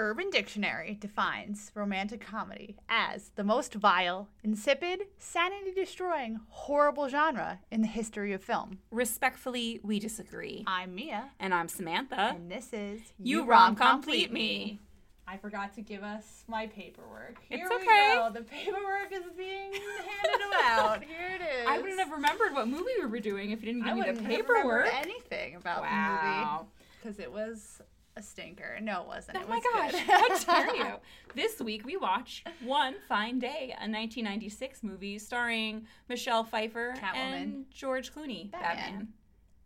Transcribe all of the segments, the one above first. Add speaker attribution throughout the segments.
Speaker 1: Urban Dictionary defines romantic comedy as the most vile, insipid, sanity destroying, horrible genre in the history of film.
Speaker 2: Respectfully, we disagree.
Speaker 1: I'm Mia,
Speaker 2: And I'm Samantha.
Speaker 1: and this is
Speaker 2: You Rom Complete Me.
Speaker 1: I forgot to give us my paperwork. Here
Speaker 2: It's
Speaker 1: we
Speaker 2: okay.
Speaker 1: go. The paperwork is being handed out. Here it is.
Speaker 2: I wouldn't have remembered what movie we were doing if you didn't
Speaker 1: I
Speaker 2: give me the
Speaker 1: wouldn't have remembered
Speaker 2: paperwork.
Speaker 1: anything about
Speaker 2: Wow.
Speaker 1: the movie because it was a stinker. No, it wasn't.
Speaker 2: Oh
Speaker 1: it
Speaker 2: my
Speaker 1: was
Speaker 2: gosh,
Speaker 1: good.
Speaker 2: how dare you? This week we watch One Fine Day, a 1996 movie starring Michelle Pfeiffer
Speaker 1: Catwoman.
Speaker 2: and George Clooney,
Speaker 1: Batman.
Speaker 2: Batman.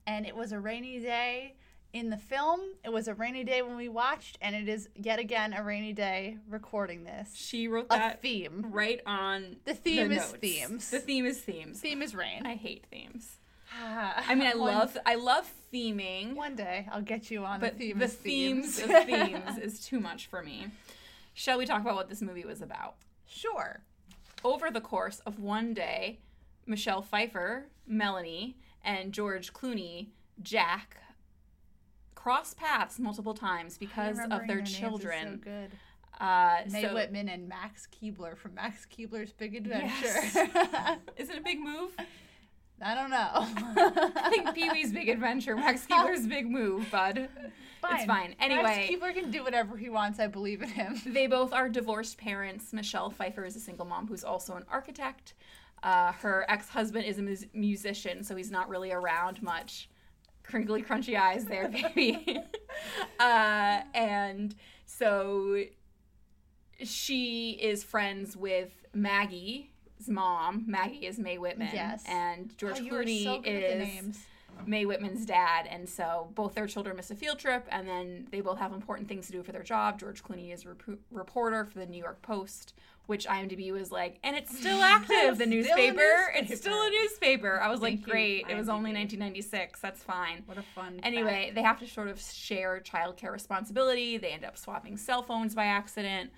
Speaker 1: and it was a rainy day in the film. It was a rainy day when we watched, and it is yet again a rainy day recording this.
Speaker 2: She wrote
Speaker 1: A
Speaker 2: that
Speaker 1: theme.
Speaker 2: right on
Speaker 1: The theme is
Speaker 2: notes.
Speaker 1: themes.
Speaker 2: The theme is themes.
Speaker 1: Theme is rain.
Speaker 2: I hate themes. I mean, I love I love theming,
Speaker 1: Ah, One day I'll get you on
Speaker 2: but
Speaker 1: the theme.
Speaker 2: the
Speaker 1: is
Speaker 2: themes
Speaker 1: themes.
Speaker 2: of themes is too much for me. Shall we talk about what this movie was about?
Speaker 1: Sure.
Speaker 2: Over the course of one day, Michelle Pfeiffer, Melanie, and George Clooney, Jack, cross paths multiple times because of
Speaker 1: Remembering
Speaker 2: their
Speaker 1: names is
Speaker 2: children.
Speaker 1: So good.
Speaker 2: uh,
Speaker 1: Mae
Speaker 2: so-
Speaker 1: Whitman and Max Keebler from Max Keebler's Big Adventure.
Speaker 2: Yes. is it a big move?
Speaker 1: I don't know.
Speaker 2: I think Pee Wee's Big Adventure, Max Keeler's Big Move, bud. It's fine. Anyway,
Speaker 1: Max Keebler can do whatever he wants. I believe in him.
Speaker 2: They both are divorced parents. Michelle Pfeiffer is a single mom who's also an architect. Uh, her ex husband is a mus- musician, so he's not really around much. Crinkly, crunchy eyes there, baby. uh, and so she is friends with Maggie's mom. Maggie is Mae Whitman.
Speaker 1: Yes.
Speaker 2: And George
Speaker 1: Oh, you are
Speaker 2: Clooney
Speaker 1: so good
Speaker 2: is
Speaker 1: at the names.
Speaker 2: Mae Whitman's dad, and so both their children miss a field trip, and then they both have important things to do for their job. George Clooney is a rep- reporter for the New York Post, which IMDb was like, and it's still active,
Speaker 1: Still a
Speaker 2: the newspaper. It's still a
Speaker 1: newspaper.
Speaker 2: newspaper. I was like,
Speaker 1: Thank you,
Speaker 2: great. It was only
Speaker 1: IMDb.
Speaker 2: 1996. That's fine.
Speaker 1: What a fun.
Speaker 2: Anyway, they have to sort of share childcare responsibility. They end up swapping cell phones by accident.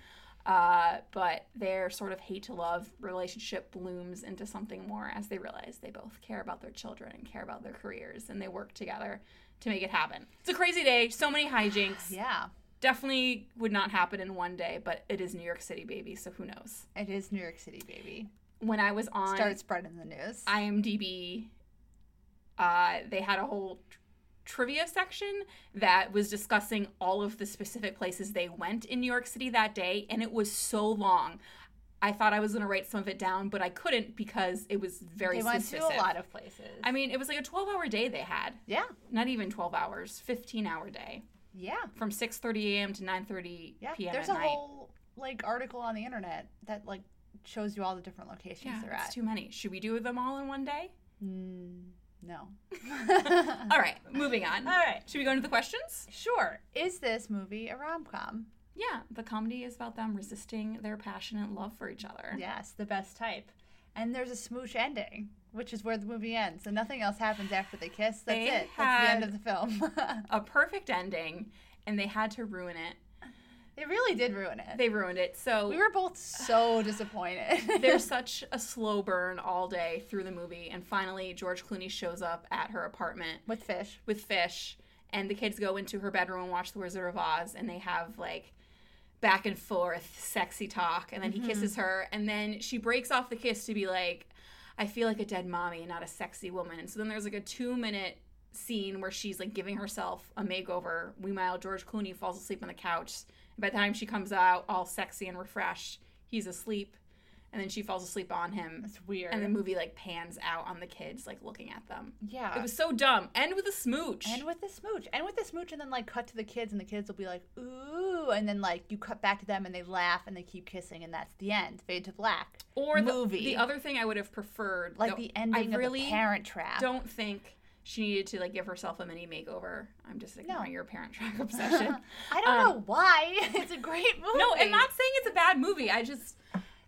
Speaker 2: Uh, but their sort of hate to love relationship blooms into something more as they realize they both care about their children and care about their careers and they work together to make it happen. It's a crazy day, so many hijinks.
Speaker 1: Yeah,
Speaker 2: Definitely would not happen in one day, but it is New York City, baby, so who knows.
Speaker 1: it is New York City, baby.
Speaker 2: When I was on
Speaker 1: Start spreading the news.
Speaker 2: IMDb, uh, they had a whole tr- trivia section that was discussing all of the specific places they went in New York City that day, and it was so long. I thought I was going to write some of it down, but I couldn't because it was very
Speaker 1: they went to
Speaker 2: specific.
Speaker 1: a lot of places.
Speaker 2: I mean, it was like a 12-hour day they had.
Speaker 1: yeah,
Speaker 2: Not even 12 hours, 15-hour day
Speaker 1: yeah,
Speaker 2: from 6:30 a.m. to 9:30
Speaker 1: yeah.
Speaker 2: p.m.
Speaker 1: There's a
Speaker 2: at night.
Speaker 1: whole like article on the internet that like shows you all the different locations
Speaker 2: yeah,
Speaker 1: they're
Speaker 2: it's
Speaker 1: at.
Speaker 2: too many. Should we do them all in one day?
Speaker 1: Mm, no.
Speaker 2: All right, moving on.
Speaker 1: All right.
Speaker 2: Should we go into the questions?
Speaker 1: Sure. Is this movie a rom com?
Speaker 2: Yeah, the comedy is about them resisting their passionate love for each other.
Speaker 1: Yes, the best type. And there's a smooch ending, which is where the movie ends, and nothing else happens after they kiss. That's
Speaker 2: They
Speaker 1: it. That's the end
Speaker 2: had-
Speaker 1: of the film.
Speaker 2: A perfect ending, and they had to ruin it.
Speaker 1: they really did ruin it.
Speaker 2: They ruined it. So
Speaker 1: we were both so disappointed.
Speaker 2: they're such a slow burn all day through the movie, and finally George Clooney shows up at her apartment
Speaker 1: with fish.
Speaker 2: with fish, and the kids go into her bedroom and watch The Wizard of Oz, and they have like back and forth sexy talk, and then he
Speaker 1: Mm-hmm.
Speaker 2: kisses her, and then she breaks off the kiss to be like, I feel like a dead mommy, not a sexy woman. And so then there's like a two minute scene where she's like giving herself a makeover. Meanwhile, George Clooney falls asleep on the couch. By the time she comes out all sexy and refreshed, he's asleep. And then she falls asleep on him.
Speaker 1: That's weird.
Speaker 2: And the movie like pans out on the kids, like looking at them.
Speaker 1: yeah.
Speaker 2: It was so dumb. End with a smooch.
Speaker 1: and with the smooch. And with the smooch and then like cut to the kids and the kids will be like, ooh, and then like you cut back to them and they laugh and they keep kissing and that's the end. Fade to black.
Speaker 2: or the,
Speaker 1: movie.
Speaker 2: the other thing I would have preferred,
Speaker 1: Like
Speaker 2: though,
Speaker 1: the ending
Speaker 2: I really
Speaker 1: of the parent trap.
Speaker 2: don't think she needed to like give herself a mini makeover. I'm just ignoring your parent track obsession.
Speaker 1: I don't know why. it's a great movie.
Speaker 2: um, no, I'm not saying it's a bad movie. I just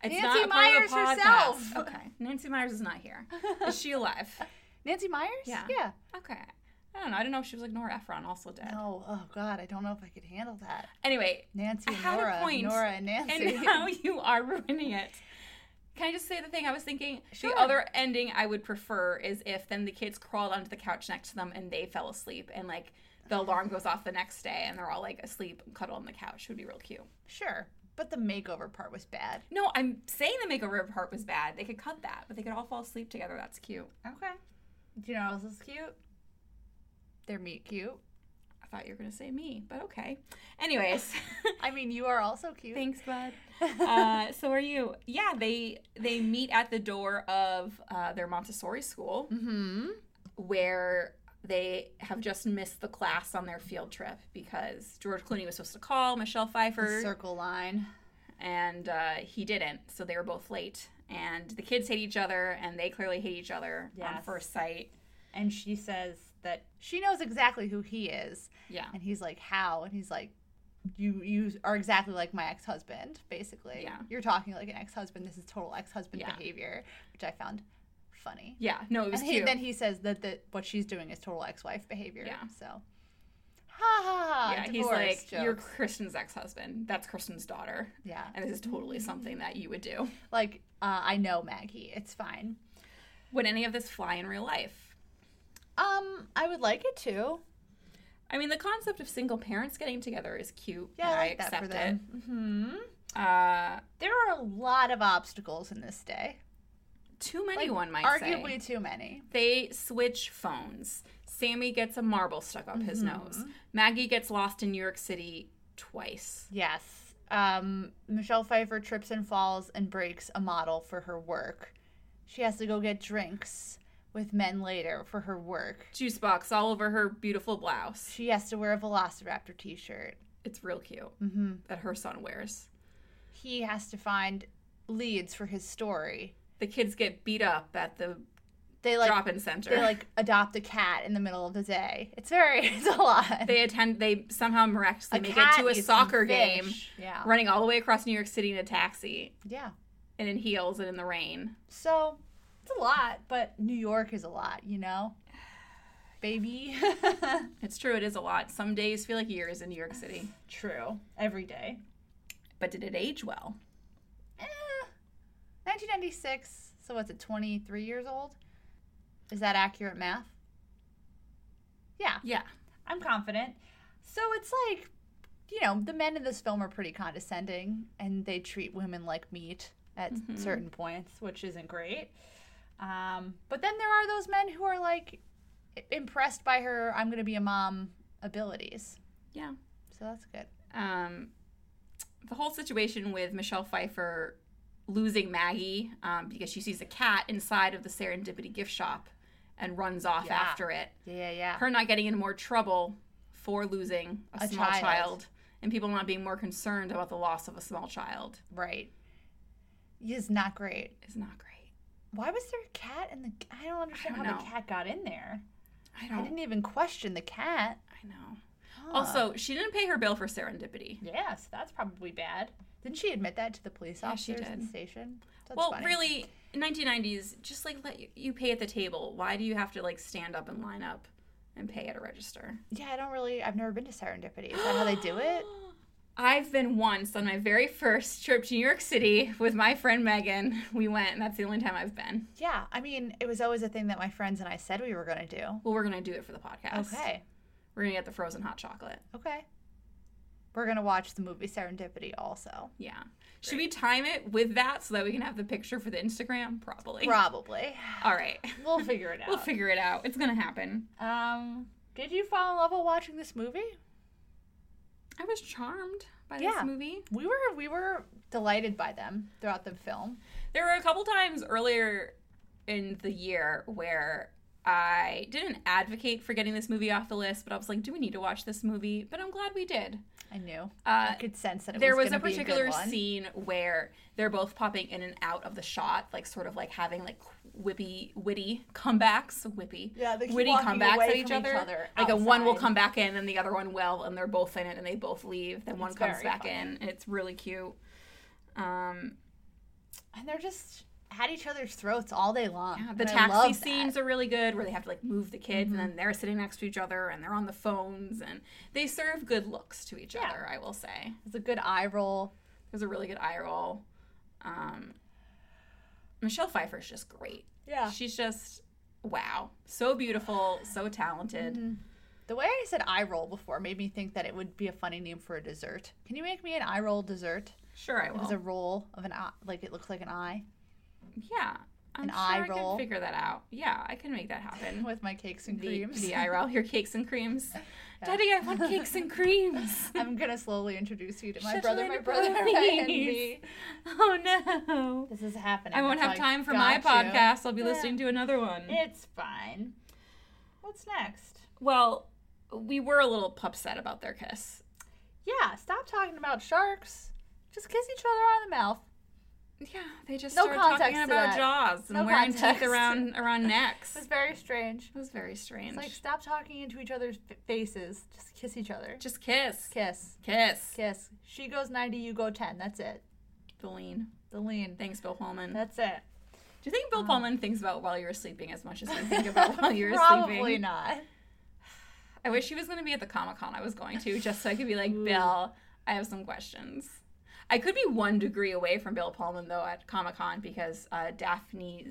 Speaker 2: it's
Speaker 1: Nancy
Speaker 2: not a
Speaker 1: Meyers
Speaker 2: part of the podcast.
Speaker 1: herself.
Speaker 2: Okay, Nancy Myers is not here. Is she alive?
Speaker 1: Nancy Myers?
Speaker 2: Yeah.
Speaker 1: Yeah.
Speaker 2: Okay. I don't know. I don't know if she was like Nora Ephron, also dead.
Speaker 1: No. Oh God, I don't know if I could handle that.
Speaker 2: Anyway,
Speaker 1: Nancy
Speaker 2: I
Speaker 1: and
Speaker 2: had a
Speaker 1: Nora.
Speaker 2: point.
Speaker 1: Nora and Nancy.
Speaker 2: and now you are ruining it. Can I just say the thing I was thinking?
Speaker 1: Sure.
Speaker 2: The other ending I would prefer is if then the kids crawled onto the couch next to them and they fell asleep and like the alarm goes off the next day and they're all like asleep, cuddled on the couch. It would be real cute.
Speaker 1: Sure. But the makeover part was bad.
Speaker 2: No, I'm saying the makeover part was bad. They could cut that, but they could all fall asleep together. That's cute.
Speaker 1: Okay. Do you know what else is cute? They're meat cute.
Speaker 2: I thought you were gonna say me, but okay. Anyways,
Speaker 1: I mean, you are also cute.
Speaker 2: thanks, bud. Uh, so are you? Yeah, they they meet at the door of uh, their Montessori school Mm-hmm.
Speaker 1: hmm
Speaker 2: where they have just missed the class on their field trip because George Clooney was supposed to call Michelle Pfeiffer
Speaker 1: Circle line.
Speaker 2: and uh, he didn't, so they were both late. And the kids hate each other, and they clearly hate each other on
Speaker 1: Yes.
Speaker 2: first sight.
Speaker 1: And she says that she knows exactly who he is.
Speaker 2: Yeah,
Speaker 1: And he's like, How? And he's like, You you are exactly like my ex husband, basically.
Speaker 2: Yeah.
Speaker 1: You're talking like an ex husband. This is total ex husband
Speaker 2: Yeah.
Speaker 1: behavior, which I found funny.
Speaker 2: yeah. No, it was
Speaker 1: And he,
Speaker 2: cute.
Speaker 1: then he says that the, what she's doing is total ex wife behavior.
Speaker 2: Yeah.
Speaker 1: So, ha ha ha.
Speaker 2: yeah, he's
Speaker 1: divorce
Speaker 2: like, "You're
Speaker 1: jokes. Mm-hmm.
Speaker 2: Kristen's ex-husband. That's Kristen's daughter,
Speaker 1: Yeah.
Speaker 2: and this is totally something that you would do."
Speaker 1: Like, uh, I know Maggie. It's fine.
Speaker 2: Would any of this fly in real life?
Speaker 1: Um, I would like it to.
Speaker 2: I mean, the concept of single parents getting together is cute.
Speaker 1: Yeah,
Speaker 2: and
Speaker 1: I like that for them. hmm
Speaker 2: it. Uh,
Speaker 1: There are a lot of obstacles in this day.
Speaker 2: too many,
Speaker 1: Like,
Speaker 2: one might say.
Speaker 1: Arguably too many.
Speaker 2: They switch phones. Sammy gets a marble stuck up his
Speaker 1: Mm-hmm.
Speaker 2: nose. Maggie gets lost in New York City twice.
Speaker 1: Yes. Um, Michelle Pfeiffer trips and falls and breaks a model for her work. She has to go get drinks with men later for her work.
Speaker 2: Juice box all over her beautiful blouse.
Speaker 1: She has to wear a Velociraptor t shirt.
Speaker 2: It's real cute
Speaker 1: hmm
Speaker 2: that her son wears.
Speaker 1: He has to find leads for his story.
Speaker 2: The kids get beat up at the
Speaker 1: They like
Speaker 2: drop-in center.
Speaker 1: they like adopt a cat in the middle of the day. It's very it's a lot.
Speaker 2: They attend. They somehow miraculously make it to a
Speaker 1: eats some
Speaker 2: soccer
Speaker 1: fish.
Speaker 2: game,
Speaker 1: Yeah.
Speaker 2: running all the way across New York City in a taxi
Speaker 1: Yeah.
Speaker 2: and in heels and in the rain.
Speaker 1: So it's a lot, but New York is a lot, you know? Baby.
Speaker 2: It's true. It is a lot. Some days feel like years in New York City.
Speaker 1: True. Every day.
Speaker 2: But did it age well?
Speaker 1: Eh, 1996. So what's it, 23 years old? Is that accurate math? Yeah,
Speaker 2: Yeah.
Speaker 1: I'm confident. So it's like, you know, the men in this film are pretty condescending and they treat women like meat at
Speaker 2: Mhm.
Speaker 1: certain points, which isn't great. Um, but then there are those men who are like i- impressed by her, I'm going to be a mom abilities.
Speaker 2: Yeah.
Speaker 1: So that's good.
Speaker 2: um, the whole situation with Michelle Pfeiffer losing Maggie um, because she sees a cat inside of the Serendipity gift shop and runs off
Speaker 1: Yeah.
Speaker 2: after it.
Speaker 1: Yeah, yeah, yeah.
Speaker 2: Her not getting in more trouble for losing a,
Speaker 1: A
Speaker 2: small
Speaker 1: child.
Speaker 2: child. and people not being more concerned about the loss of a small child
Speaker 1: Right. Is not great.
Speaker 2: is not great.
Speaker 1: Why was there a cat in the? I don't understand
Speaker 2: don't
Speaker 1: how the
Speaker 2: know.
Speaker 1: cat got in there.
Speaker 2: I
Speaker 1: I
Speaker 2: don't.
Speaker 1: didn't even question the cat.
Speaker 2: I, know.
Speaker 1: Huh.
Speaker 2: Also, she didn't pay her bill for Serendipity.
Speaker 1: yeah, so that's probably bad. Didn't she admit that to the police
Speaker 2: Yeah, she
Speaker 1: officers in the
Speaker 2: did.
Speaker 1: station? That's
Speaker 2: well,
Speaker 1: funny.
Speaker 2: really, in 1990s, just like let you, you pay at the table. Why do you have to like stand up and line up and pay at a register?
Speaker 1: Yeah, I don't really. I've never been to Serendipity. Is that how they do it?
Speaker 2: I've been once on my very first trip to New York City with my friend Megan. We went, and that's the only time I've been.
Speaker 1: Yeah, I mean, it was always a thing that my friends and I said we were going to do.
Speaker 2: Well, we're gonna do it for the podcast.
Speaker 1: Okay,
Speaker 2: We're gonna get the frozen hot chocolate.
Speaker 1: okay. We're going to watch the movie Serendipity also.
Speaker 2: Yeah. Should we time it with that so that we can have the picture for the Instagram? Probably.
Speaker 1: Probably.
Speaker 2: All right.
Speaker 1: We'll figure it out.
Speaker 2: We'll figure it out. It's gonna happen.
Speaker 1: um, did you fall in love while watching this movie?
Speaker 2: I was charmed by
Speaker 1: Yeah.
Speaker 2: this movie.
Speaker 1: We were we were delighted by them throughout the film.
Speaker 2: There were a couple times earlier in the year where I didn't advocate for getting this movie off the list, but I was like, do we need to watch this movie? But I'm glad we did.
Speaker 1: I knew.
Speaker 2: Uh,
Speaker 1: I could sense that it
Speaker 2: there
Speaker 1: was,
Speaker 2: was a
Speaker 1: gonna be
Speaker 2: particular
Speaker 1: good one.
Speaker 2: scene where they're both popping in and out of the shot, like sort of like having like whippy, witty comebacks, whippy,
Speaker 1: Yeah, they keep
Speaker 2: witty
Speaker 1: walking
Speaker 2: comebacks
Speaker 1: away
Speaker 2: at each
Speaker 1: from each
Speaker 2: other.
Speaker 1: other
Speaker 2: like a one will
Speaker 1: outside.
Speaker 2: come back in and the other one will, and they're both in it and they both leave. Then one
Speaker 1: It's
Speaker 2: comes
Speaker 1: very
Speaker 2: back
Speaker 1: funny.
Speaker 2: in, and it's really cute. Um,
Speaker 1: and they're just at each other's throats all day long.
Speaker 2: yeah, the
Speaker 1: And I
Speaker 2: taxi
Speaker 1: love Mm-hmm.
Speaker 2: scenes are really good, where they have to like move the kids, and then they're sitting next to each other, and they're on the phones, and they serve good looks to each
Speaker 1: Yeah.
Speaker 2: other. I will say,
Speaker 1: That. It's a good eye roll.
Speaker 2: there's a really good eye roll. Um, Michelle Pfeiffer is just great.
Speaker 1: Yeah. Mm-hmm.
Speaker 2: She's just wow, so beautiful, so talented.
Speaker 1: The way I said eye roll before made me think that it would be a funny name for a dessert. Can you make me an eye roll dessert?
Speaker 2: Sure, I
Speaker 1: It was
Speaker 2: will.
Speaker 1: a roll of an eye, like it looks like an eye
Speaker 2: yeah, I'm
Speaker 1: an
Speaker 2: sure
Speaker 1: eye
Speaker 2: I
Speaker 1: roll.
Speaker 2: can figure that out. Yeah, I can make that happen.
Speaker 1: with my cakes and
Speaker 2: the,
Speaker 1: creams.
Speaker 2: the eye roll, your cakes and creams. Daddy, I want cakes and creams.
Speaker 1: I'm gonna slowly introduce you to my
Speaker 2: Shut
Speaker 1: brother,
Speaker 2: your
Speaker 1: my
Speaker 2: little
Speaker 1: brother,
Speaker 2: please.
Speaker 1: my envy.
Speaker 2: Oh no.
Speaker 1: This is happening.
Speaker 2: I won't
Speaker 1: That's
Speaker 2: have
Speaker 1: why I
Speaker 2: time for my
Speaker 1: got you.
Speaker 2: podcast. I'll be
Speaker 1: Yeah.
Speaker 2: listening to another one.
Speaker 1: It's fine. What's next?
Speaker 2: Well, we were a little upset about their kiss.
Speaker 1: Yeah, stop talking about sharks. Just kiss each other on the mouth.
Speaker 2: Yeah, they just
Speaker 1: No
Speaker 2: started
Speaker 1: context
Speaker 2: talking
Speaker 1: to
Speaker 2: about
Speaker 1: that.
Speaker 2: jaws and
Speaker 1: No
Speaker 2: wearing
Speaker 1: context.
Speaker 2: teeth around around necks.
Speaker 1: It was very strange.
Speaker 2: It was very strange.
Speaker 1: It's like stop talking into each other's f- faces. Just kiss each other.
Speaker 2: just kiss.
Speaker 1: Kiss.
Speaker 2: Kiss.
Speaker 1: Kiss. She goes 90, you go 10. That's it.
Speaker 2: Colleen.
Speaker 1: The lean.
Speaker 2: Thanks, Bill Pullman.
Speaker 1: That's it.
Speaker 2: Do you think
Speaker 1: Oh.
Speaker 2: Bill Pullman thinks about while you were sleeping as much as I think about while you were
Speaker 1: Probably
Speaker 2: sleeping?
Speaker 1: not.
Speaker 2: I wish he was going to be at the Comic Con I was going to, just so I could be like, Bill, I have some questions. I could be one degree away from Bill Pullman though at Comic Con because uh, Daphne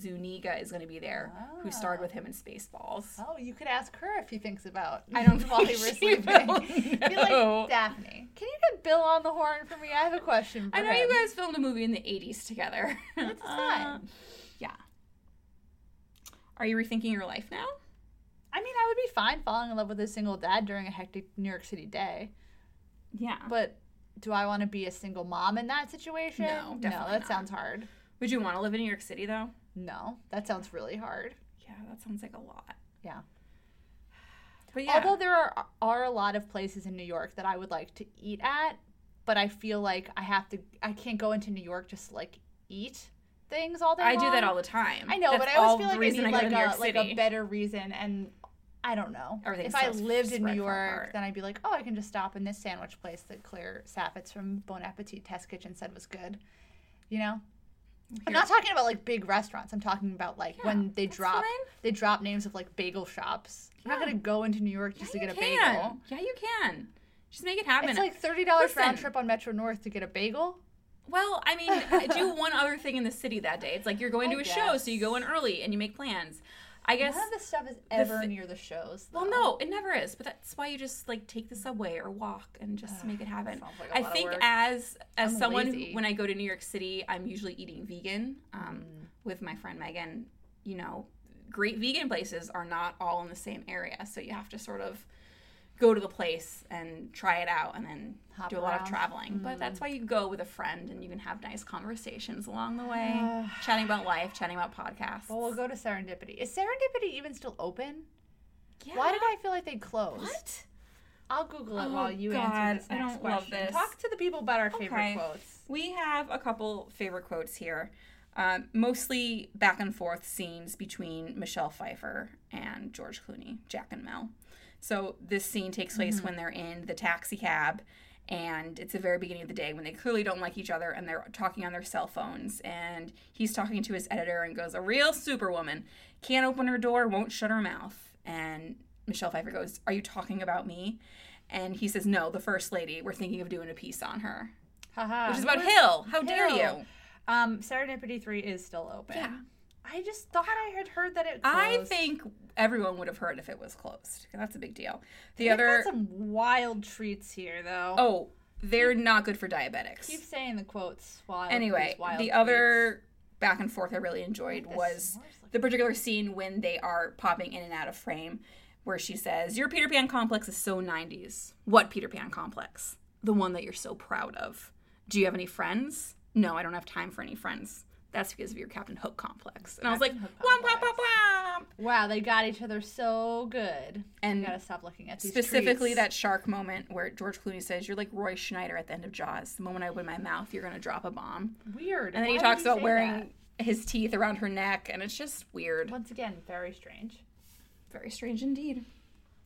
Speaker 2: Zuniga is going to be there, who starred
Speaker 1: Ah.
Speaker 2: with him in Spaceballs.
Speaker 1: Oh, you could ask her if he thinks about.
Speaker 2: I don't
Speaker 1: while
Speaker 2: think
Speaker 1: you were
Speaker 2: she
Speaker 1: sleeping.
Speaker 2: will
Speaker 1: Be
Speaker 2: know.
Speaker 1: like Daphne. Can you get Bill on the horn for me? I have a question. For
Speaker 2: I know
Speaker 1: him."
Speaker 2: you guys filmed a movie in the '80s together.
Speaker 1: It's fine.
Speaker 2: yeah. Are you rethinking your life now?
Speaker 1: I mean, I would be fine falling in love with a single dad during a hectic New York City day,
Speaker 2: Yeah.
Speaker 1: but do I want to be a single mom in that situation?
Speaker 2: No, definitely
Speaker 1: that
Speaker 2: not.
Speaker 1: sounds hard.
Speaker 2: Would you want to live in New York City though?
Speaker 1: No, that sounds really hard.
Speaker 2: Yeah, that sounds like a lot.
Speaker 1: Yeah.
Speaker 2: But yeah,
Speaker 1: Although there are are a lot of places in New York that I would like to eat at, but I feel like I have to. I can't go into New York just to, like eat things all day.
Speaker 2: I do that
Speaker 1: long.
Speaker 2: all the time.
Speaker 1: I know,
Speaker 2: That's
Speaker 1: but I
Speaker 2: all
Speaker 1: always feel like
Speaker 2: the reason
Speaker 1: I need
Speaker 2: go to New
Speaker 1: like,
Speaker 2: York
Speaker 1: a, like
Speaker 2: City.
Speaker 1: a better reason, and I don't know.
Speaker 2: Everything's
Speaker 1: if I
Speaker 2: so
Speaker 1: lived in New
Speaker 2: spread far
Speaker 1: York,
Speaker 2: apart.
Speaker 1: then I'd be like, oh, I can just stop in this sandwich place that Claire Saffitz from Bon Appetit Test Kitchen said was good. You know, I'm not talking about like big restaurants. I'm talking about like when they
Speaker 2: that's
Speaker 1: drop
Speaker 2: fine.
Speaker 1: they drop names of like bagel shops. I'm not gonna go into New York just to
Speaker 2: You
Speaker 1: get a
Speaker 2: can.
Speaker 1: bagel.
Speaker 2: Yeah, you can. Just make it happen.
Speaker 1: It's like thirty dollars round
Speaker 2: Listen.
Speaker 1: trip on Metro North to get a bagel.
Speaker 2: well, I mean, do one other thing in the city that day. It's like you're going
Speaker 1: I
Speaker 2: to a show,
Speaker 1: guess.
Speaker 2: so you go in early and you make plans. I guess.
Speaker 1: None of this stuff is ever
Speaker 2: thi-
Speaker 1: near the shows.
Speaker 2: well,
Speaker 1: though.
Speaker 2: no, it never is. But that's why you just like take the subway or walk and just make it happen.
Speaker 1: sounds like a
Speaker 2: I
Speaker 1: lot of
Speaker 2: think
Speaker 1: work.
Speaker 2: as as
Speaker 1: I'm
Speaker 2: someone
Speaker 1: lazy.
Speaker 2: who, when I go to New York City, I'm usually eating vegan um,
Speaker 1: Mm.
Speaker 2: with my friend Megan. You know, great vegan places are not all in the same area, so you have to sort of go to the place and try it out, and then
Speaker 1: Hop
Speaker 2: do a lot of
Speaker 1: around. Mm.
Speaker 2: traveling. But that's why you go with a friend, and you can have nice conversations along the way, chatting about life, chatting about podcasts.
Speaker 1: Well, we'll go to Serendipity. Is Serendipity even still open?
Speaker 2: Yeah.
Speaker 1: Why did I feel like they closed?
Speaker 2: What?
Speaker 1: I'll Google it
Speaker 2: Oh,
Speaker 1: while you
Speaker 2: God,
Speaker 1: answer this
Speaker 2: I
Speaker 1: next
Speaker 2: don't love
Speaker 1: question.
Speaker 2: this.
Speaker 1: Talk to the people about our favorite
Speaker 2: Okay.
Speaker 1: quotes.
Speaker 2: We have a couple favorite quotes here, um, mostly back and forth scenes between Michelle Pfeiffer and George Clooney, Jack and Mel. So this scene takes place
Speaker 1: Mm-hmm.
Speaker 2: when they're in the taxi cab, and it's the very beginning of the day when they clearly don't like each other and they're talking on their cell phones. And he's talking to his editor and goes, "A real superwoman can't open her door, won't shut her mouth." And Michelle Pfeiffer goes, "Are you talking about me?" And he says, "No, the first lady. We're thinking of doing a piece on her."
Speaker 1: Haha.
Speaker 2: Which is about Hill. How dare
Speaker 1: Hill.
Speaker 2: you?
Speaker 1: Um, Serendipity 3 is still open.
Speaker 2: Yeah.
Speaker 1: I just thought I had heard that it closed.
Speaker 2: I think everyone would have heard if it was closed. And That's a big deal. The
Speaker 1: We've
Speaker 2: other
Speaker 1: got some wild treats here, though.
Speaker 2: oh, they're not good for diabetics.
Speaker 1: Keep saying the quotes while
Speaker 2: Anyway,
Speaker 1: these wild
Speaker 2: the
Speaker 1: treats.
Speaker 2: other back and forth I really enjoyed
Speaker 1: This
Speaker 2: was
Speaker 1: s'mores look-
Speaker 2: the particular scene when they are popping in and out of frame, where she says, "Your Peter Pan complex is so '90s. What Peter Pan complex? The one that you're so proud of. Do you have any friends? No, I don't have time for any friends. That's because of your Captain Hook complex." And I was like,
Speaker 1: Captain Hook
Speaker 2: "Womp womp womp womp."
Speaker 1: Wow, they got each other so good.
Speaker 2: And
Speaker 1: You gotta stop looking at these
Speaker 2: specifically
Speaker 1: treats.
Speaker 2: that shark moment where George Clooney says, "You're like Roy Schneider at the end of Jaws. The moment I open my mouth, you're gonna drop a bomb."
Speaker 1: weird.
Speaker 2: And then
Speaker 1: Why
Speaker 2: he
Speaker 1: would
Speaker 2: talks about
Speaker 1: say that?
Speaker 2: wearing his teeth around her neck, and it's just weird.
Speaker 1: once again very strange.
Speaker 2: Very strange indeed.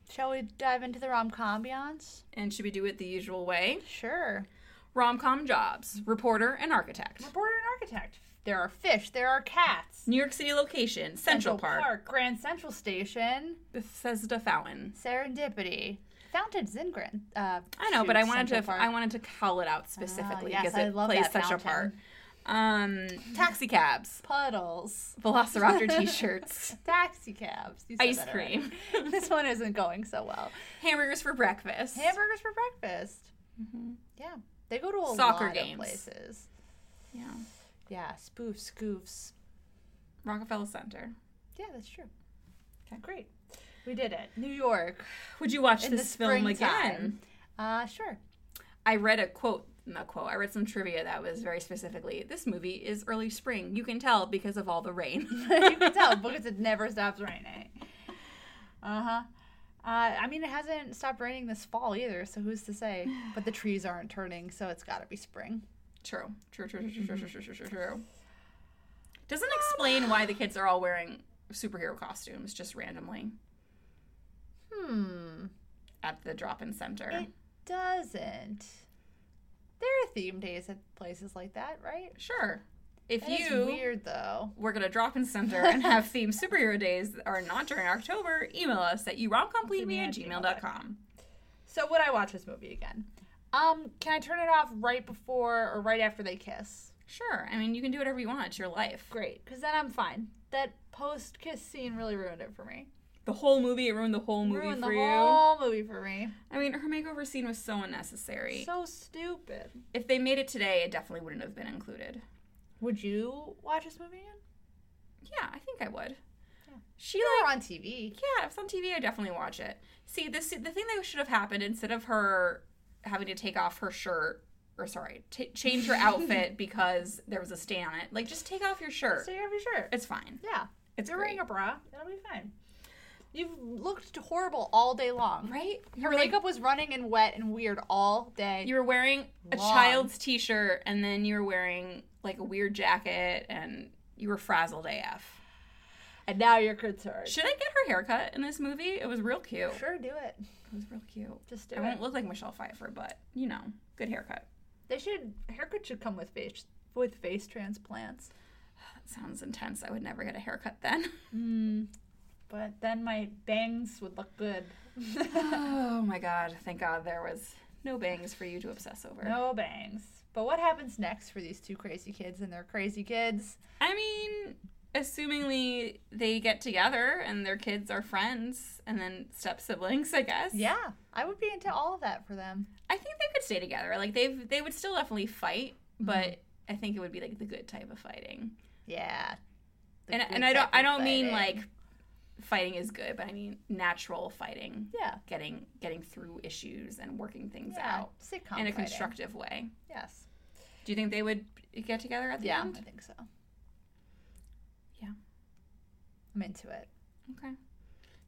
Speaker 1: Shall we dive into the rom com ambiance?
Speaker 2: And should we do it the usual way?
Speaker 1: Sure.
Speaker 2: Rom com jobs, reporter and architect.
Speaker 1: Reporter and architect. There are fish. There are cats.
Speaker 2: New York City location, Central, Park.
Speaker 1: Grand Central Station,
Speaker 2: Bethesda Fountain.
Speaker 1: Serendipity, Fountain Zingrin. Uh,
Speaker 2: I know, but
Speaker 1: shoot,
Speaker 2: I wanted
Speaker 1: Central
Speaker 2: to
Speaker 1: Park. Ah,
Speaker 2: I wanted to call it out specifically
Speaker 1: yes,
Speaker 2: because
Speaker 1: I
Speaker 2: it
Speaker 1: love
Speaker 2: plays
Speaker 1: that
Speaker 2: such a
Speaker 1: fountain.
Speaker 2: part. Um, taxi cabs,
Speaker 1: Puddles.
Speaker 2: Velociraptor t-shirts,
Speaker 1: Taxi cabs. You said
Speaker 2: ice
Speaker 1: that already.
Speaker 2: cream,
Speaker 1: this one isn't going so well.
Speaker 2: hamburgers for breakfast.
Speaker 1: Hamburgers for breakfast.
Speaker 2: Mhm.
Speaker 1: Yeah. They go to a
Speaker 2: Soccer
Speaker 1: lot
Speaker 2: games.
Speaker 1: of places.
Speaker 2: Yeah.
Speaker 1: Yeah, spoofs, goofs.
Speaker 2: Rockefeller Center.
Speaker 1: Yeah, that's true.
Speaker 2: Okay.
Speaker 1: Great. We did it. New York.
Speaker 2: Would you watch
Speaker 1: In the
Speaker 2: this film
Speaker 1: springtime.
Speaker 2: again?
Speaker 1: Uh, sure.
Speaker 2: I read a quote, not quote, I read some trivia that was very specifically this movie is early spring. You can tell because of all the rain.
Speaker 1: you can tell because it never stops raining. Uh-huh. Uh, I mean, it hasn't stopped raining this fall either, so who's to say? But the trees aren't turning, so it's got to be spring.
Speaker 2: True. True, true, true, true, true, true, true, true, true. Doesn't explain why the kids are all wearing superhero costumes just randomly
Speaker 1: Hmm.
Speaker 2: at the drop in center.
Speaker 1: It doesn't. There are theme days at places like that, right?
Speaker 2: sure. If
Speaker 1: That is
Speaker 2: you
Speaker 1: weird though.
Speaker 2: work at a drop in center and have themed superhero days that are not during October, email us at uromcompleteme at gmail.com.
Speaker 1: So would I watch this movie again? Um, can I turn it off right before or right after they kiss?
Speaker 2: Sure. I mean, you can do whatever you want. It's your life.
Speaker 1: Great, because then I'm fine. That post kiss scene really ruined it for me.
Speaker 2: The whole movie, it ruined the whole movie
Speaker 1: Ruined the
Speaker 2: for you.
Speaker 1: whole movie for me.
Speaker 2: I mean, her makeover scene was so unnecessary.
Speaker 1: So stupid.
Speaker 2: if they made it today, it definitely wouldn't have been included.
Speaker 1: Would you watch this movie again?
Speaker 2: Yeah, I think I would.
Speaker 1: Yeah.
Speaker 2: She
Speaker 1: Or
Speaker 2: like
Speaker 1: on TV.
Speaker 2: yeah, if it's on TV, I definitely watch it. See, this the thing that should have happened instead of her having to take off her shirt or sorry, t- change her outfit because there was a stain on it. Like, just take off your shirt.
Speaker 1: So you're sure.
Speaker 2: It's fine.
Speaker 1: Yeah.
Speaker 2: It's
Speaker 1: You're
Speaker 2: great.
Speaker 1: wearing a bra. It'll be fine. You've looked horrible all day long.
Speaker 2: right? You
Speaker 1: Her
Speaker 2: were like-
Speaker 1: makeup was running and wet and weird all day.
Speaker 2: you were wearing a
Speaker 1: Long.
Speaker 2: child's t-shirt and then you were wearing like a weird jacket and you were frazzled AF.
Speaker 1: and now you're concerned.
Speaker 2: Should I get her haircut in this movie? It was real cute. It
Speaker 1: Sure, do it.
Speaker 2: was real cute.
Speaker 1: Just do
Speaker 2: I
Speaker 1: it.
Speaker 2: won't look like Michelle Pfeiffer, but you know, good haircut.
Speaker 1: They should haircut should come with face with face transplants.
Speaker 2: That sounds intense. I would never get a haircut then.
Speaker 1: Hmm. But then my bangs would look good.
Speaker 2: oh my god. Thank God there was no bangs for you to obsess over.
Speaker 1: No bangs. But what happens next for these two crazy kids and their crazy kids?
Speaker 2: I mean, assumingly they get together and their kids are friends and then step siblings, I guess.
Speaker 1: Yeah, I would be into all of that for them.
Speaker 2: I think they could stay together. Like they've they would still definitely fight,
Speaker 1: Mm-hmm.
Speaker 2: but I think it would be like the good type of fighting.
Speaker 1: Yeah. The
Speaker 2: and
Speaker 1: good
Speaker 2: and I don't
Speaker 1: type
Speaker 2: I
Speaker 1: of
Speaker 2: don't mean
Speaker 1: fighting.
Speaker 2: like fighting is good, but I mean natural fighting,
Speaker 1: yeah,
Speaker 2: getting getting through issues and working things
Speaker 1: yeah,
Speaker 2: out
Speaker 1: sitcom
Speaker 2: in a
Speaker 1: fighting.
Speaker 2: constructive way.
Speaker 1: Yes.
Speaker 2: Do you think they would get together at the
Speaker 1: Yeah, I
Speaker 2: end?
Speaker 1: think so.
Speaker 2: Yeah.
Speaker 1: I'm into it.
Speaker 2: Okay.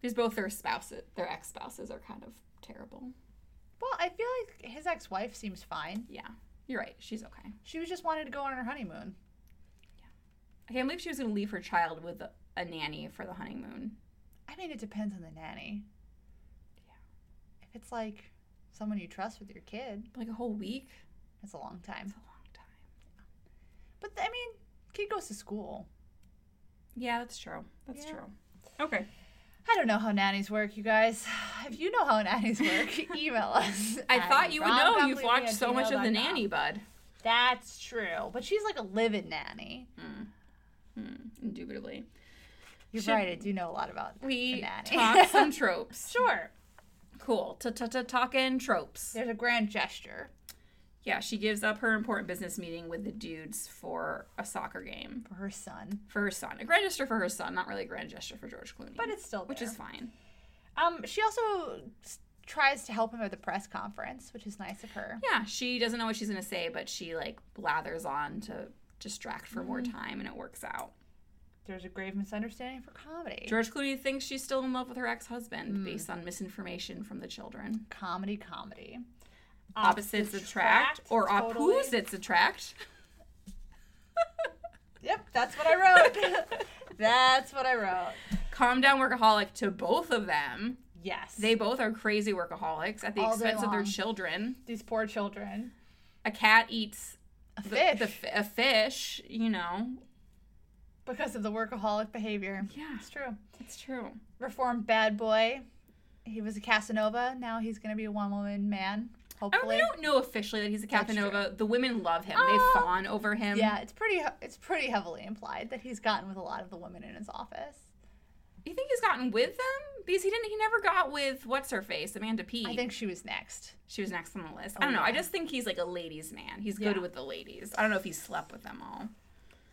Speaker 2: Because both their spouses, their ex spouses, are kind of terrible.
Speaker 1: Well, I feel like his ex-wife seems fine.
Speaker 2: Yeah, you're right. She's okay.
Speaker 1: She was just wanted to go on her honeymoon.
Speaker 2: I can't believe she was going to leave her child with a, a nanny for the honeymoon.
Speaker 1: I mean, it depends on the nanny.
Speaker 2: Yeah.
Speaker 1: If it's like someone you trust with your kid,
Speaker 2: Like a whole week.
Speaker 1: it's a long time.
Speaker 2: It's a long time.
Speaker 1: But I mean, kid goes to school.
Speaker 2: Yeah, that's true. That's
Speaker 1: Yeah.
Speaker 2: true. Okay.
Speaker 1: I don't know how nannies work, you guys. If you know how nannies work, email us.
Speaker 2: I
Speaker 1: at
Speaker 2: thought you would know. You've
Speaker 1: romcompletely
Speaker 2: watched
Speaker 1: at
Speaker 2: so much of the
Speaker 1: gmail.com.
Speaker 2: nanny, bud.
Speaker 1: That's true, but she's like a living nanny.
Speaker 2: Indubitably.
Speaker 1: You're
Speaker 2: Should-
Speaker 1: right. I do know a lot about the
Speaker 2: We
Speaker 1: nanny.
Speaker 2: talk some tropes.
Speaker 1: sure.
Speaker 2: Cool. Ta ta ta talking tropes.
Speaker 1: There's a grand gesture.
Speaker 2: Yeah, she gives up her important business meeting with the dudes for a soccer game
Speaker 1: for her son.
Speaker 2: for her son. A grand gesture for her son, not really a grand gesture for George Clooney.
Speaker 1: But it's still there.
Speaker 2: which is fine.
Speaker 1: um, she also s- tries to help him at the press conference, which is nice of her.
Speaker 2: Yeah, she doesn't know what she's gonna say, but she like blathers on to distract for more time, and it works out.
Speaker 1: There's a grave misunderstanding for comedy.
Speaker 2: George Clooney thinks she's still in love with her ex-husband based on misinformation from the children.
Speaker 1: comedy, comedy.
Speaker 2: Opposites attract, or
Speaker 1: totally.
Speaker 2: opposites attract.
Speaker 1: Yep, that's what I wrote. that's what I wrote.
Speaker 2: Calm down, workaholic. To both of them,
Speaker 1: Yes.
Speaker 2: they both are crazy workaholics at the
Speaker 1: All day
Speaker 2: expense of their
Speaker 1: long.
Speaker 2: children.
Speaker 1: these poor children.
Speaker 2: A cat eats
Speaker 1: A
Speaker 2: the,
Speaker 1: fish
Speaker 2: the f- a fish, you know.
Speaker 1: because of the workaholic behavior.
Speaker 2: Yeah.
Speaker 1: It's true.
Speaker 2: It's true.
Speaker 1: Reformed bad boy. He was a Casanova. Now he's going to be a one woman man.
Speaker 2: I don't, we
Speaker 1: Hopefully,
Speaker 2: don't know officially that he's a
Speaker 1: That's
Speaker 2: Casanova. The women love him. Oh. they fawn over him.
Speaker 1: yeah, it's pretty. It's pretty heavily implied that he's gotten with a lot of the women in his office.
Speaker 2: You think he's gotten with them? Because he didn't. He never got with what's her face, Amanda P.
Speaker 1: I think she was next.
Speaker 2: she was next on the list.
Speaker 1: Oh,
Speaker 2: I don't know. I
Speaker 1: yeah.
Speaker 2: just think he's like a ladies' man. He's good
Speaker 1: Yeah.
Speaker 2: with the ladies. I don't know if he slept with them all.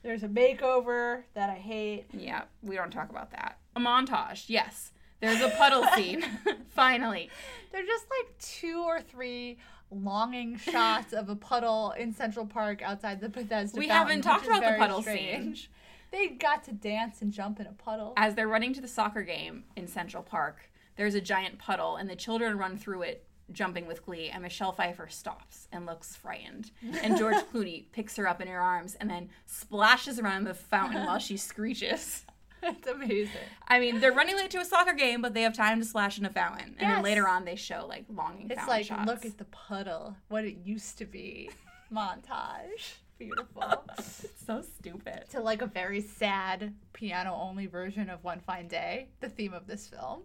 Speaker 1: There's a makeover that I hate.
Speaker 2: Yeah, we don't talk about that. A montage. Yes, there's a puddle scene. Finally,
Speaker 1: They're just like two or three longing shots of a puddle in Central Park outside the Bethesda.
Speaker 2: we
Speaker 1: fountain, which
Speaker 2: haven't talked
Speaker 1: is
Speaker 2: about the
Speaker 1: very
Speaker 2: puddle
Speaker 1: strange.
Speaker 2: scene
Speaker 1: They got to dance and jump in a puddle.
Speaker 2: as they're running to the soccer game in Central Park. There's a giant puddle, and the children run through it, jumping with glee. And Michelle Pfeiffer stops and looks frightened. And George Clooney picks her up in her arms and then splashes around the fountain while she screeches.
Speaker 1: it's amazing.
Speaker 2: I mean, they're running late to a soccer game, but they have time to splash in a fountain. And
Speaker 1: Yes.
Speaker 2: then later on, they show like longing
Speaker 1: It's
Speaker 2: fountain
Speaker 1: like
Speaker 2: shots.
Speaker 1: look at the puddle, what it used to be. Montage. Beautiful.
Speaker 2: it's so stupid.
Speaker 1: to like a very sad piano only version of One Fine Day, the theme of this film.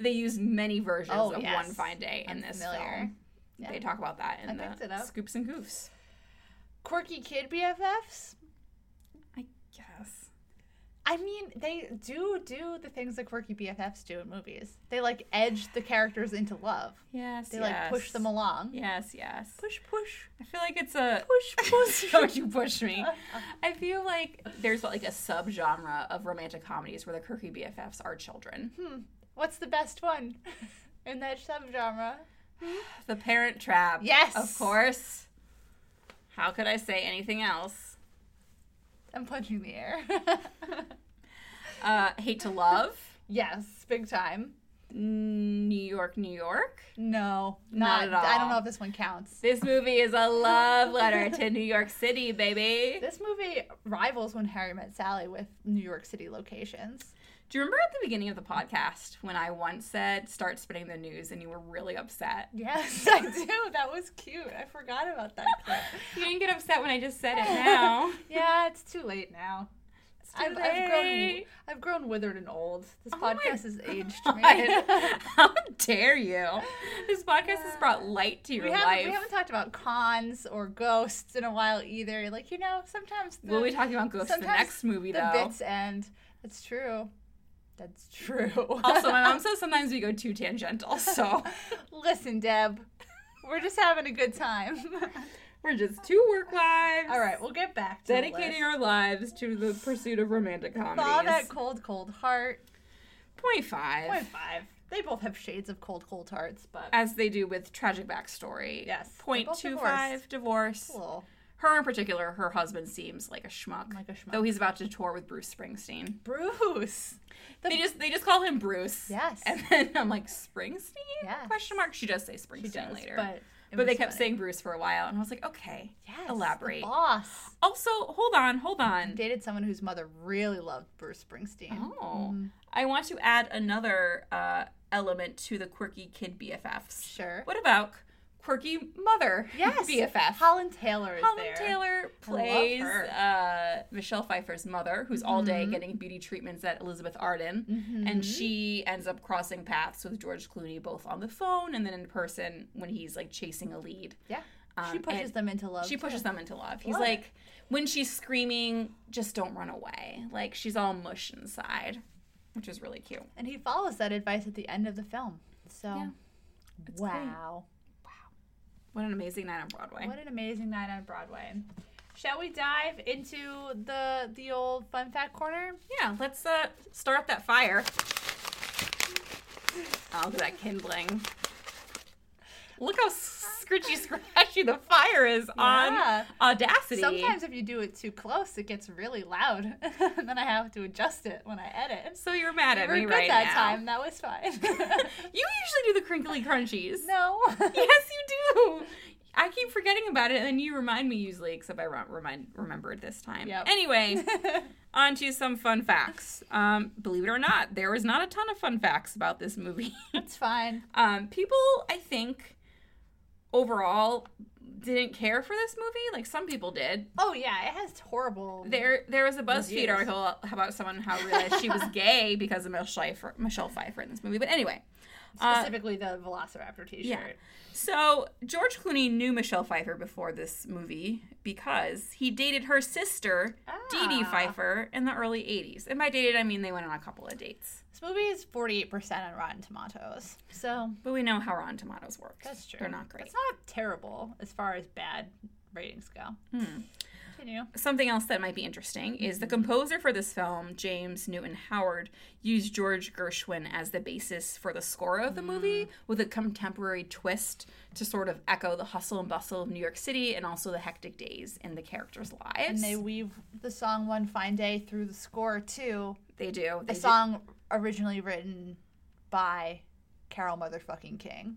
Speaker 2: They use many versions
Speaker 1: Oh,
Speaker 2: of
Speaker 1: yes.
Speaker 2: One Fine Day in
Speaker 1: I'm
Speaker 2: this
Speaker 1: familiar.
Speaker 2: film.
Speaker 1: Yeah.
Speaker 2: They talk about that in
Speaker 1: I picked it
Speaker 2: the
Speaker 1: up.
Speaker 2: Scoops and Goofs.
Speaker 1: Quirky kid BFFs.
Speaker 2: I guess.
Speaker 1: I mean, they do do the things that quirky BFFs do in movies. They like edge the characters into love.
Speaker 2: Yes.
Speaker 1: They like push
Speaker 2: yes.
Speaker 1: them along.
Speaker 2: Yes, yes.
Speaker 1: Push, push,
Speaker 2: I feel like it's a
Speaker 1: push, push.
Speaker 2: Don't you push me. I feel like there's like a subgenre of romantic comedies where the quirky BFFs are children.
Speaker 1: Hmm. What's the best one in that subgenre?
Speaker 2: The Parent Trap.
Speaker 1: Yes.
Speaker 2: Of course. How could I say anything else?
Speaker 1: I'm punching the air.
Speaker 2: Uh, Hate to Love.
Speaker 1: yes, big time.
Speaker 2: New York, New York.
Speaker 1: No,
Speaker 2: Not
Speaker 1: not, I
Speaker 2: at
Speaker 1: don't
Speaker 2: all.
Speaker 1: know if this one counts.
Speaker 2: This movie is a love letter to New York City, baby.
Speaker 1: This movie rivals when Harry met Sally with New York City locations.
Speaker 2: Do you remember at the beginning of the podcast when I once said, start spinning the news, and you were really upset?
Speaker 1: Yes, I do. That was cute. I forgot about that. clip.
Speaker 2: You didn't get upset when I just said it now.
Speaker 1: yeah, it's too late now.
Speaker 2: It's
Speaker 1: I've,
Speaker 2: too
Speaker 1: I've grown.
Speaker 2: late.
Speaker 1: I've grown withered and old. This
Speaker 2: Oh my
Speaker 1: podcast has aged me.
Speaker 2: God, How dare you? This podcast has brought light to your
Speaker 1: we,
Speaker 2: life.
Speaker 1: haven't, we haven't talked about cons or ghosts in a while either. Like you know, sometimes the,
Speaker 2: We'll be talking about ghosts in the
Speaker 1: sometimes
Speaker 2: next movie,
Speaker 1: the
Speaker 2: though.
Speaker 1: bits end. That's true. That's true.
Speaker 2: also, my mom says sometimes we go too tangential, so
Speaker 1: listen, Deb. We're just having a good time.
Speaker 2: we're just two work lives.
Speaker 1: All right, we'll get back to the
Speaker 2: Dedicating
Speaker 1: list.
Speaker 2: our lives to the pursuit of romantic comedies.
Speaker 1: Thaw that cold, cold heart.
Speaker 2: Point five.
Speaker 1: Point five. They both have shades of cold, cold hearts, but
Speaker 2: as they do with tragic backstory.
Speaker 1: Yes.
Speaker 2: Point
Speaker 1: They're both
Speaker 2: two five divorce.
Speaker 1: cool.
Speaker 2: Her in particular, her husband seems like a schmuck.
Speaker 1: Like a schmuck.
Speaker 2: Though he's about to tour with Bruce Springsteen.
Speaker 1: Bruce.
Speaker 2: They just they just call him Bruce.
Speaker 1: Yes.
Speaker 2: And then I'm like Springsteen?
Speaker 1: Yes.
Speaker 2: Question mark. She does say
Speaker 1: She
Speaker 2: Springsteen
Speaker 1: does,
Speaker 2: later.
Speaker 1: but it
Speaker 2: But they
Speaker 1: was
Speaker 2: kept
Speaker 1: funny.
Speaker 2: saying Bruce for a while, and I was like, okay,
Speaker 1: Yes, the
Speaker 2: elaborate.
Speaker 1: boss
Speaker 2: Also, hold on, hold on.
Speaker 1: dated someone whose mother really loved Bruce Springsteen.
Speaker 2: Oh,
Speaker 1: Mm-hmm.
Speaker 2: I want to add another uh, element to the quirky kid BFFs.
Speaker 1: Sure.
Speaker 2: What about quirky mother?
Speaker 1: Yes,
Speaker 2: BFF.
Speaker 1: Holland Taylor is
Speaker 2: Holland
Speaker 1: there.
Speaker 2: Taylor plays uh, Michelle Pfeiffer's mother, who's all day
Speaker 1: Mm-hmm.
Speaker 2: getting beauty treatments at Elizabeth Arden, and she ends up crossing paths with George Clooney both on the phone and then in person when he's like chasing a lead.
Speaker 1: Yeah,
Speaker 2: Um,
Speaker 1: she pushes
Speaker 2: and
Speaker 1: them into love.
Speaker 2: She pushes them into love. He's
Speaker 1: Love it.
Speaker 2: like, when she's screaming, just don't run away. Like she's all mush inside, which is really cute.
Speaker 1: and he follows that advice at the end of the film. So,
Speaker 2: Yeah,
Speaker 1: wow,
Speaker 2: What an amazing night on Broadway.
Speaker 1: what an amazing night on Broadway. Shall we dive into the the old fun fact corner?
Speaker 2: Yeah, let's uh, start up that fire. Oh, look at that kindling. Look how scritchy scratchy the fire is
Speaker 1: Yeah.
Speaker 2: on Audacity.
Speaker 1: Sometimes if you do it too close, it gets really loud, and then I have to adjust it when I edit.
Speaker 2: So you're mad
Speaker 1: We
Speaker 2: at
Speaker 1: were
Speaker 2: me
Speaker 1: good
Speaker 2: right
Speaker 1: that
Speaker 2: now.
Speaker 1: time. That was fine.
Speaker 2: You usually do the crinkly crunchies.
Speaker 1: no.
Speaker 2: Yes, you do. I keep forgetting about it, and then you remind me usually, except I re- remind remembered this time.
Speaker 1: Yep.
Speaker 2: Anyway, on to some fun facts. Um, believe it or not, there was not a ton of fun facts about this movie.
Speaker 1: it's fine.
Speaker 2: Um, people, I think, overall didn't care for this movie. Like some people did.
Speaker 1: Oh yeah, it has horrible.
Speaker 2: There, there was a
Speaker 1: Reviews.
Speaker 2: BuzzFeed article about someone how realized she was gay because of Michelle Pfeiffer, Michelle Pfeiffer in this movie. But anyway, Uh,
Speaker 1: Specifically, the Velociraptor T-shirt.
Speaker 2: So George Clooney knew Michelle Pfeiffer before this movie because he dated her sister, Dee Dee
Speaker 1: Ah.
Speaker 2: Pfeiffer, in the early '80s. And by dated, I mean they went on a couple of dates.
Speaker 1: This movie is forty eight percent on Rotten Tomatoes, so
Speaker 2: But we know how Rotten Tomatoes works.
Speaker 1: that's true.
Speaker 2: They're not great.
Speaker 1: It's not terrible as far as bad ratings go.
Speaker 2: Hmm.
Speaker 1: Continue.
Speaker 2: Something else that might be interesting is
Speaker 1: Mm-hmm.
Speaker 2: the composer for this film, James Newton Howard, used George Gershwin as the basis for the score of the
Speaker 1: Mm.
Speaker 2: movie with a contemporary twist to sort of echo the hustle and bustle of New York City and also the hectic days in the characters' lives.
Speaker 1: And they weave the song "One Fine Day" through the score too.
Speaker 2: They do. They
Speaker 1: The
Speaker 2: do.
Speaker 1: song originally written by Carol Motherfucking King.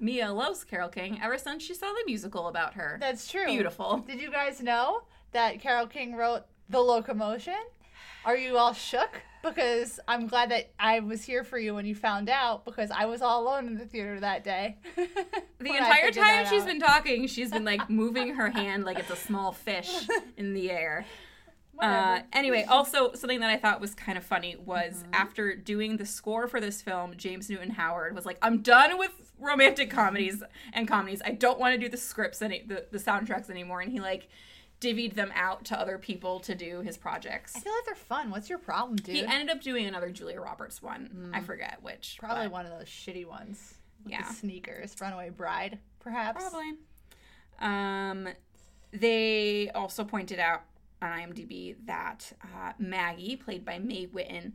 Speaker 2: Mia loves Carol King ever since she saw the musical about her.
Speaker 1: That's true.
Speaker 2: Beautiful.
Speaker 1: Did you guys know that Carol King wrote The Locomotion? Are you all shook? Because I'm glad that I was here for you when you found out because I was all alone in the theater that day.
Speaker 2: The
Speaker 1: When I
Speaker 2: entire
Speaker 1: figured
Speaker 2: time
Speaker 1: that
Speaker 2: she's
Speaker 1: out.
Speaker 2: been talking, she's been like moving her hand like it's a small fish in the air. Uh,
Speaker 1: Whatever.
Speaker 2: anyway, also something that I thought was kind of funny was after doing the score for this film, James Newton Howard was like, "I'm done with romantic comedies and comedies. I don't want to do the scripts and the, the soundtracks anymore." And he like divvied them out to other people to do his projects.
Speaker 1: I feel like they're fun. What's your problem, dude?
Speaker 2: He ended up doing another Julia Roberts one. I forget which.
Speaker 1: Probably
Speaker 2: but-
Speaker 1: one of those shitty ones. With
Speaker 2: Yeah.
Speaker 1: The sneakers, Runaway Bride, perhaps.
Speaker 2: Probably. Um, they also pointed out on IMDb that uh, Maggie, played by Mae Whitten,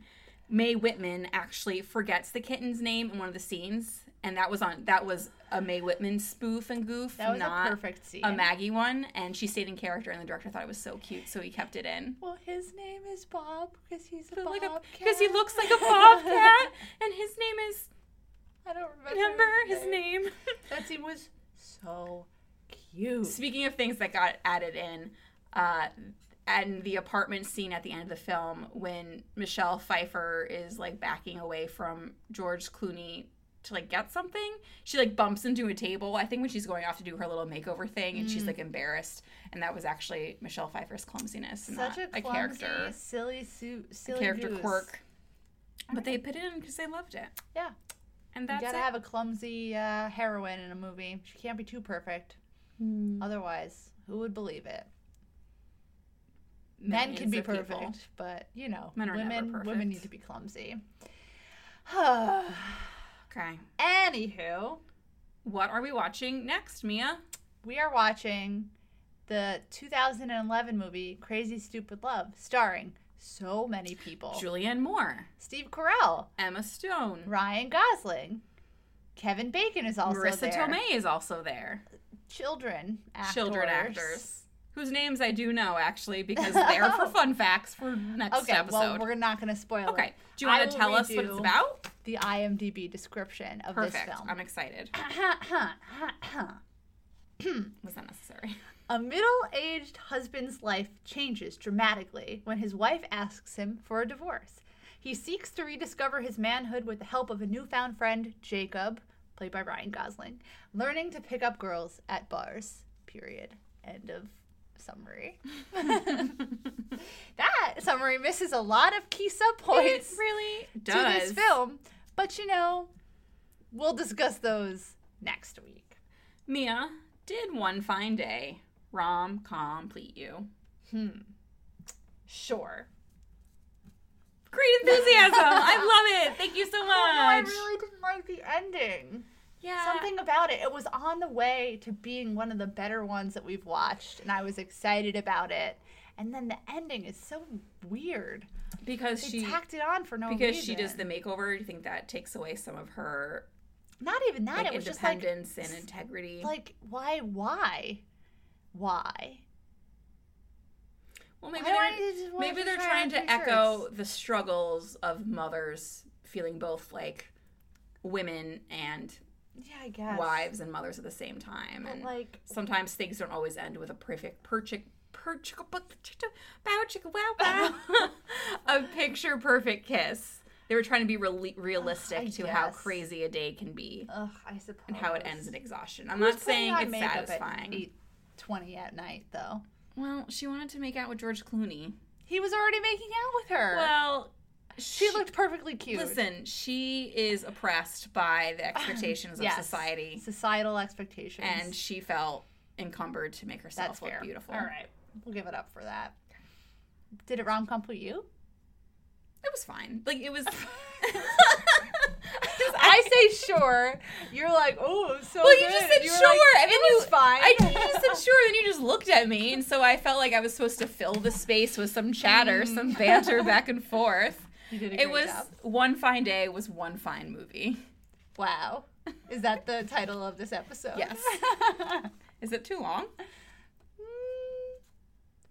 Speaker 2: Mae Whitman actually forgets the kitten's name in one of the scenes, and that was on that was a Mae Whitman spoof and goof,
Speaker 1: That was
Speaker 2: not
Speaker 1: a perfect scene.
Speaker 2: a Maggie one. And she stayed in character, and the director thought it was so cute, so he kept it in.
Speaker 1: well, his name is Bob because he's a
Speaker 2: Like
Speaker 1: bobcat.
Speaker 2: because he looks like a bobcat, and his name is
Speaker 1: I don't remember,
Speaker 2: remember his name.
Speaker 1: That scene was so cute.
Speaker 2: Speaking of things that got added in, uh, and the apartment scene at the end of the film when Michelle Pfeiffer is like backing away from George Clooney to like get something, she like bumps into a table. I think when she's going off to do her little makeover thing, and she's
Speaker 1: Mm.
Speaker 2: like embarrassed, and that was actually Michelle Pfeiffer's clumsiness, and
Speaker 1: Such a,
Speaker 2: not
Speaker 1: clumsy,
Speaker 2: character,
Speaker 1: silly suit, silly
Speaker 2: character
Speaker 1: goose.
Speaker 2: quirk. But they put it in because they loved it,
Speaker 1: Yeah,
Speaker 2: and that's
Speaker 1: you gotta
Speaker 2: it.
Speaker 1: have a clumsy uh, heroine in a movie. She can't be too perfect. Otherwise, who would believe it? Men
Speaker 2: Millions
Speaker 1: can be
Speaker 2: of people.
Speaker 1: perfect, but you know,
Speaker 2: Men are never
Speaker 1: women
Speaker 2: perfect.
Speaker 1: women need to be clumsy.
Speaker 2: Okay,
Speaker 1: Anywho,
Speaker 2: what are we watching next, Mia?
Speaker 1: we are watching the 2011 movie Crazy Stupid Love, starring so many people:
Speaker 2: Julianne Moore.
Speaker 1: Steve Carell,
Speaker 2: Emma Stone.
Speaker 1: Ryan Gosling, Kevin Bacon is also
Speaker 2: Marissa
Speaker 1: there.
Speaker 2: Tomei is also there.
Speaker 1: Children actors.
Speaker 2: Children actors. Whose names I do know actually because they're for fun facts for next
Speaker 1: Okay,
Speaker 2: episode.
Speaker 1: well, we're not going to spoil it.
Speaker 2: okay. Do you
Speaker 1: I
Speaker 2: want
Speaker 1: will
Speaker 2: to tell us what
Speaker 1: redo
Speaker 2: it's about?
Speaker 1: The IMDb description of
Speaker 2: Perfect.
Speaker 1: this film. Uh-huh,
Speaker 2: I'm excited. Was that necessary?
Speaker 1: A middle aged husband's life changes dramatically when his wife asks him for a divorce. He seeks to rediscover his manhood with the help of a newfound friend, Jacob, played by Ryan Gosling, learning to pick up girls at bars. Period. End of summary. that summary misses a lot of key sub
Speaker 2: It
Speaker 1: points
Speaker 2: really
Speaker 1: to
Speaker 2: does.
Speaker 1: this film, but you know, we'll discuss those next week.
Speaker 2: Mia, did one fine day rom complete you?
Speaker 1: Hmm. Sure.
Speaker 2: Great enthusiasm. I love it. Thank you so much.
Speaker 1: Oh, no, I really didn't like the ending.
Speaker 2: yeah.
Speaker 1: Something about it. It was on the way to being one of the better ones that we've watched, and I was excited about it. And then the ending is so weird.
Speaker 2: because
Speaker 1: They
Speaker 2: she
Speaker 1: tacked it on for no reason.
Speaker 2: because she does the makeover, you think that takes away some of her
Speaker 1: Not even that.
Speaker 2: like
Speaker 1: it was just like,
Speaker 2: independence and integrity.
Speaker 1: like why, why, why?
Speaker 2: well, maybe
Speaker 1: why do I
Speaker 2: they're,
Speaker 1: need to just wear
Speaker 2: maybe
Speaker 1: these
Speaker 2: they're trying
Speaker 1: round
Speaker 2: to
Speaker 1: t-shirts?
Speaker 2: echo the struggles of mothers feeling both like women and
Speaker 1: Yeah, I guess.
Speaker 2: wives and mothers at the same time.
Speaker 1: But
Speaker 2: and
Speaker 1: like,
Speaker 2: sometimes things don't always end with a perfect perchick perchick bow chicka wow wow a picture perfect kiss. They were trying to be really realistic to how
Speaker 1: guess.
Speaker 2: crazy a day can be
Speaker 1: ugh, I suppose.
Speaker 2: and how it ends in exhaustion. I'm not
Speaker 1: Who's putting
Speaker 2: saying
Speaker 1: on
Speaker 2: it's
Speaker 1: makeup
Speaker 2: satisfying.
Speaker 1: At 8:20 at night, though.
Speaker 2: Well, she wanted to make out with George Clooney.
Speaker 1: He was already making out with her.
Speaker 2: Well,
Speaker 1: She looked perfectly cute.
Speaker 2: Listen, she is oppressed by the expectations
Speaker 1: Yes.
Speaker 2: of society,
Speaker 1: Societal expectations.
Speaker 2: and she felt encumbered to make herself
Speaker 1: that's
Speaker 2: look
Speaker 1: fair.
Speaker 2: beautiful.
Speaker 1: All right. We'll give it up for that. Did it rom com for you?
Speaker 2: It was fine. Like it was.
Speaker 1: I say sure. You're like, oh, so.
Speaker 2: well, you
Speaker 1: good."
Speaker 2: just said
Speaker 1: You
Speaker 2: sure,
Speaker 1: were like,
Speaker 2: and then
Speaker 1: it
Speaker 2: you
Speaker 1: was fine.
Speaker 2: I you just said sure, then you just looked at me, and so I felt like I was supposed to fill the space with some chatter, some
Speaker 1: Mm.
Speaker 2: banter back and forth.
Speaker 1: You did a
Speaker 2: It
Speaker 1: great
Speaker 2: was
Speaker 1: job.
Speaker 2: one fine day was one fine movie.
Speaker 1: Wow. Is that the title of this episode?
Speaker 2: Yes. Is it too long?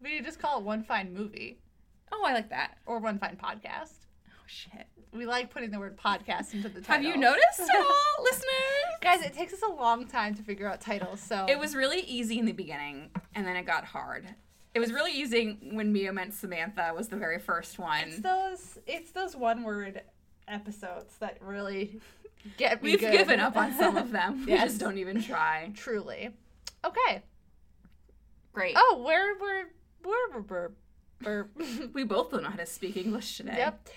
Speaker 1: we could just call it One Fine Movie
Speaker 2: Oh, I like that.
Speaker 1: or One Fine Podcast.
Speaker 2: Oh shit.
Speaker 1: We like putting the word podcast into the title.
Speaker 2: Have you noticed at all, listeners?
Speaker 1: Guys, it takes us a long time to figure out titles, so.
Speaker 2: It was really easy in the beginning, and then it got hard. It was really easy when Mia meant Samantha was the very first
Speaker 1: It's
Speaker 2: one.
Speaker 1: those, it's those one word episodes that really get me
Speaker 2: We've
Speaker 1: good.
Speaker 2: given up on some of them. We
Speaker 1: Yes.
Speaker 2: just don't even try.
Speaker 1: Truly. Okay.
Speaker 2: Great.
Speaker 1: Oh, where were. Where were. Where, where,
Speaker 2: We both don't know how to speak English today.
Speaker 1: yep.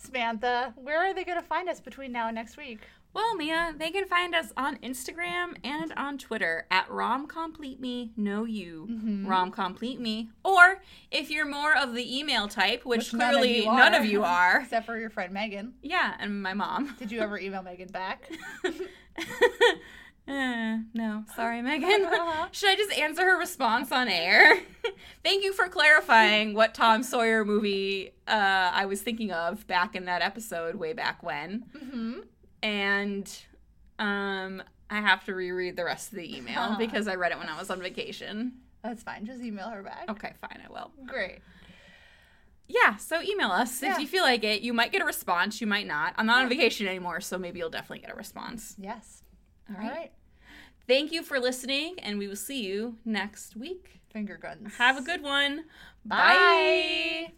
Speaker 1: Samantha, where are they going to find us between now and next week?
Speaker 2: Well, Mia, they can find us on Instagram and on Twitter at Rom Complete Me Know You
Speaker 1: Mm-hmm.
Speaker 2: Rom Complete Me. Or if you're more of the email type, which,
Speaker 1: Which none of
Speaker 2: clearly
Speaker 1: you
Speaker 2: none of,
Speaker 1: are.
Speaker 2: you are.
Speaker 1: Except for your friend Megan.
Speaker 2: Yeah, and my mom.
Speaker 1: Did you ever email Megan back?
Speaker 2: Eh, no, sorry, Megan.
Speaker 1: Uh-huh.
Speaker 2: Should I just answer her response on air? Thank you for clarifying what Tom Sawyer movie uh, I was thinking of back in that episode way back when.
Speaker 1: Mm-hmm.
Speaker 2: and um I have to reread the rest of the email because I read it when I was on vacation.
Speaker 1: That's fine. Just email her back.
Speaker 2: Okay, fine, I will.
Speaker 1: Great.
Speaker 2: Yeah, so email us
Speaker 1: Yeah.
Speaker 2: if you feel like it. You might get a response, you might not. I'm not on vacation anymore, so maybe you'll definitely get a response.
Speaker 1: Yes.
Speaker 2: All
Speaker 1: All
Speaker 2: right.
Speaker 1: right.
Speaker 2: Thank you for listening, and we will see you next week.
Speaker 1: Finger guns.
Speaker 2: Have a good one.
Speaker 1: Bye.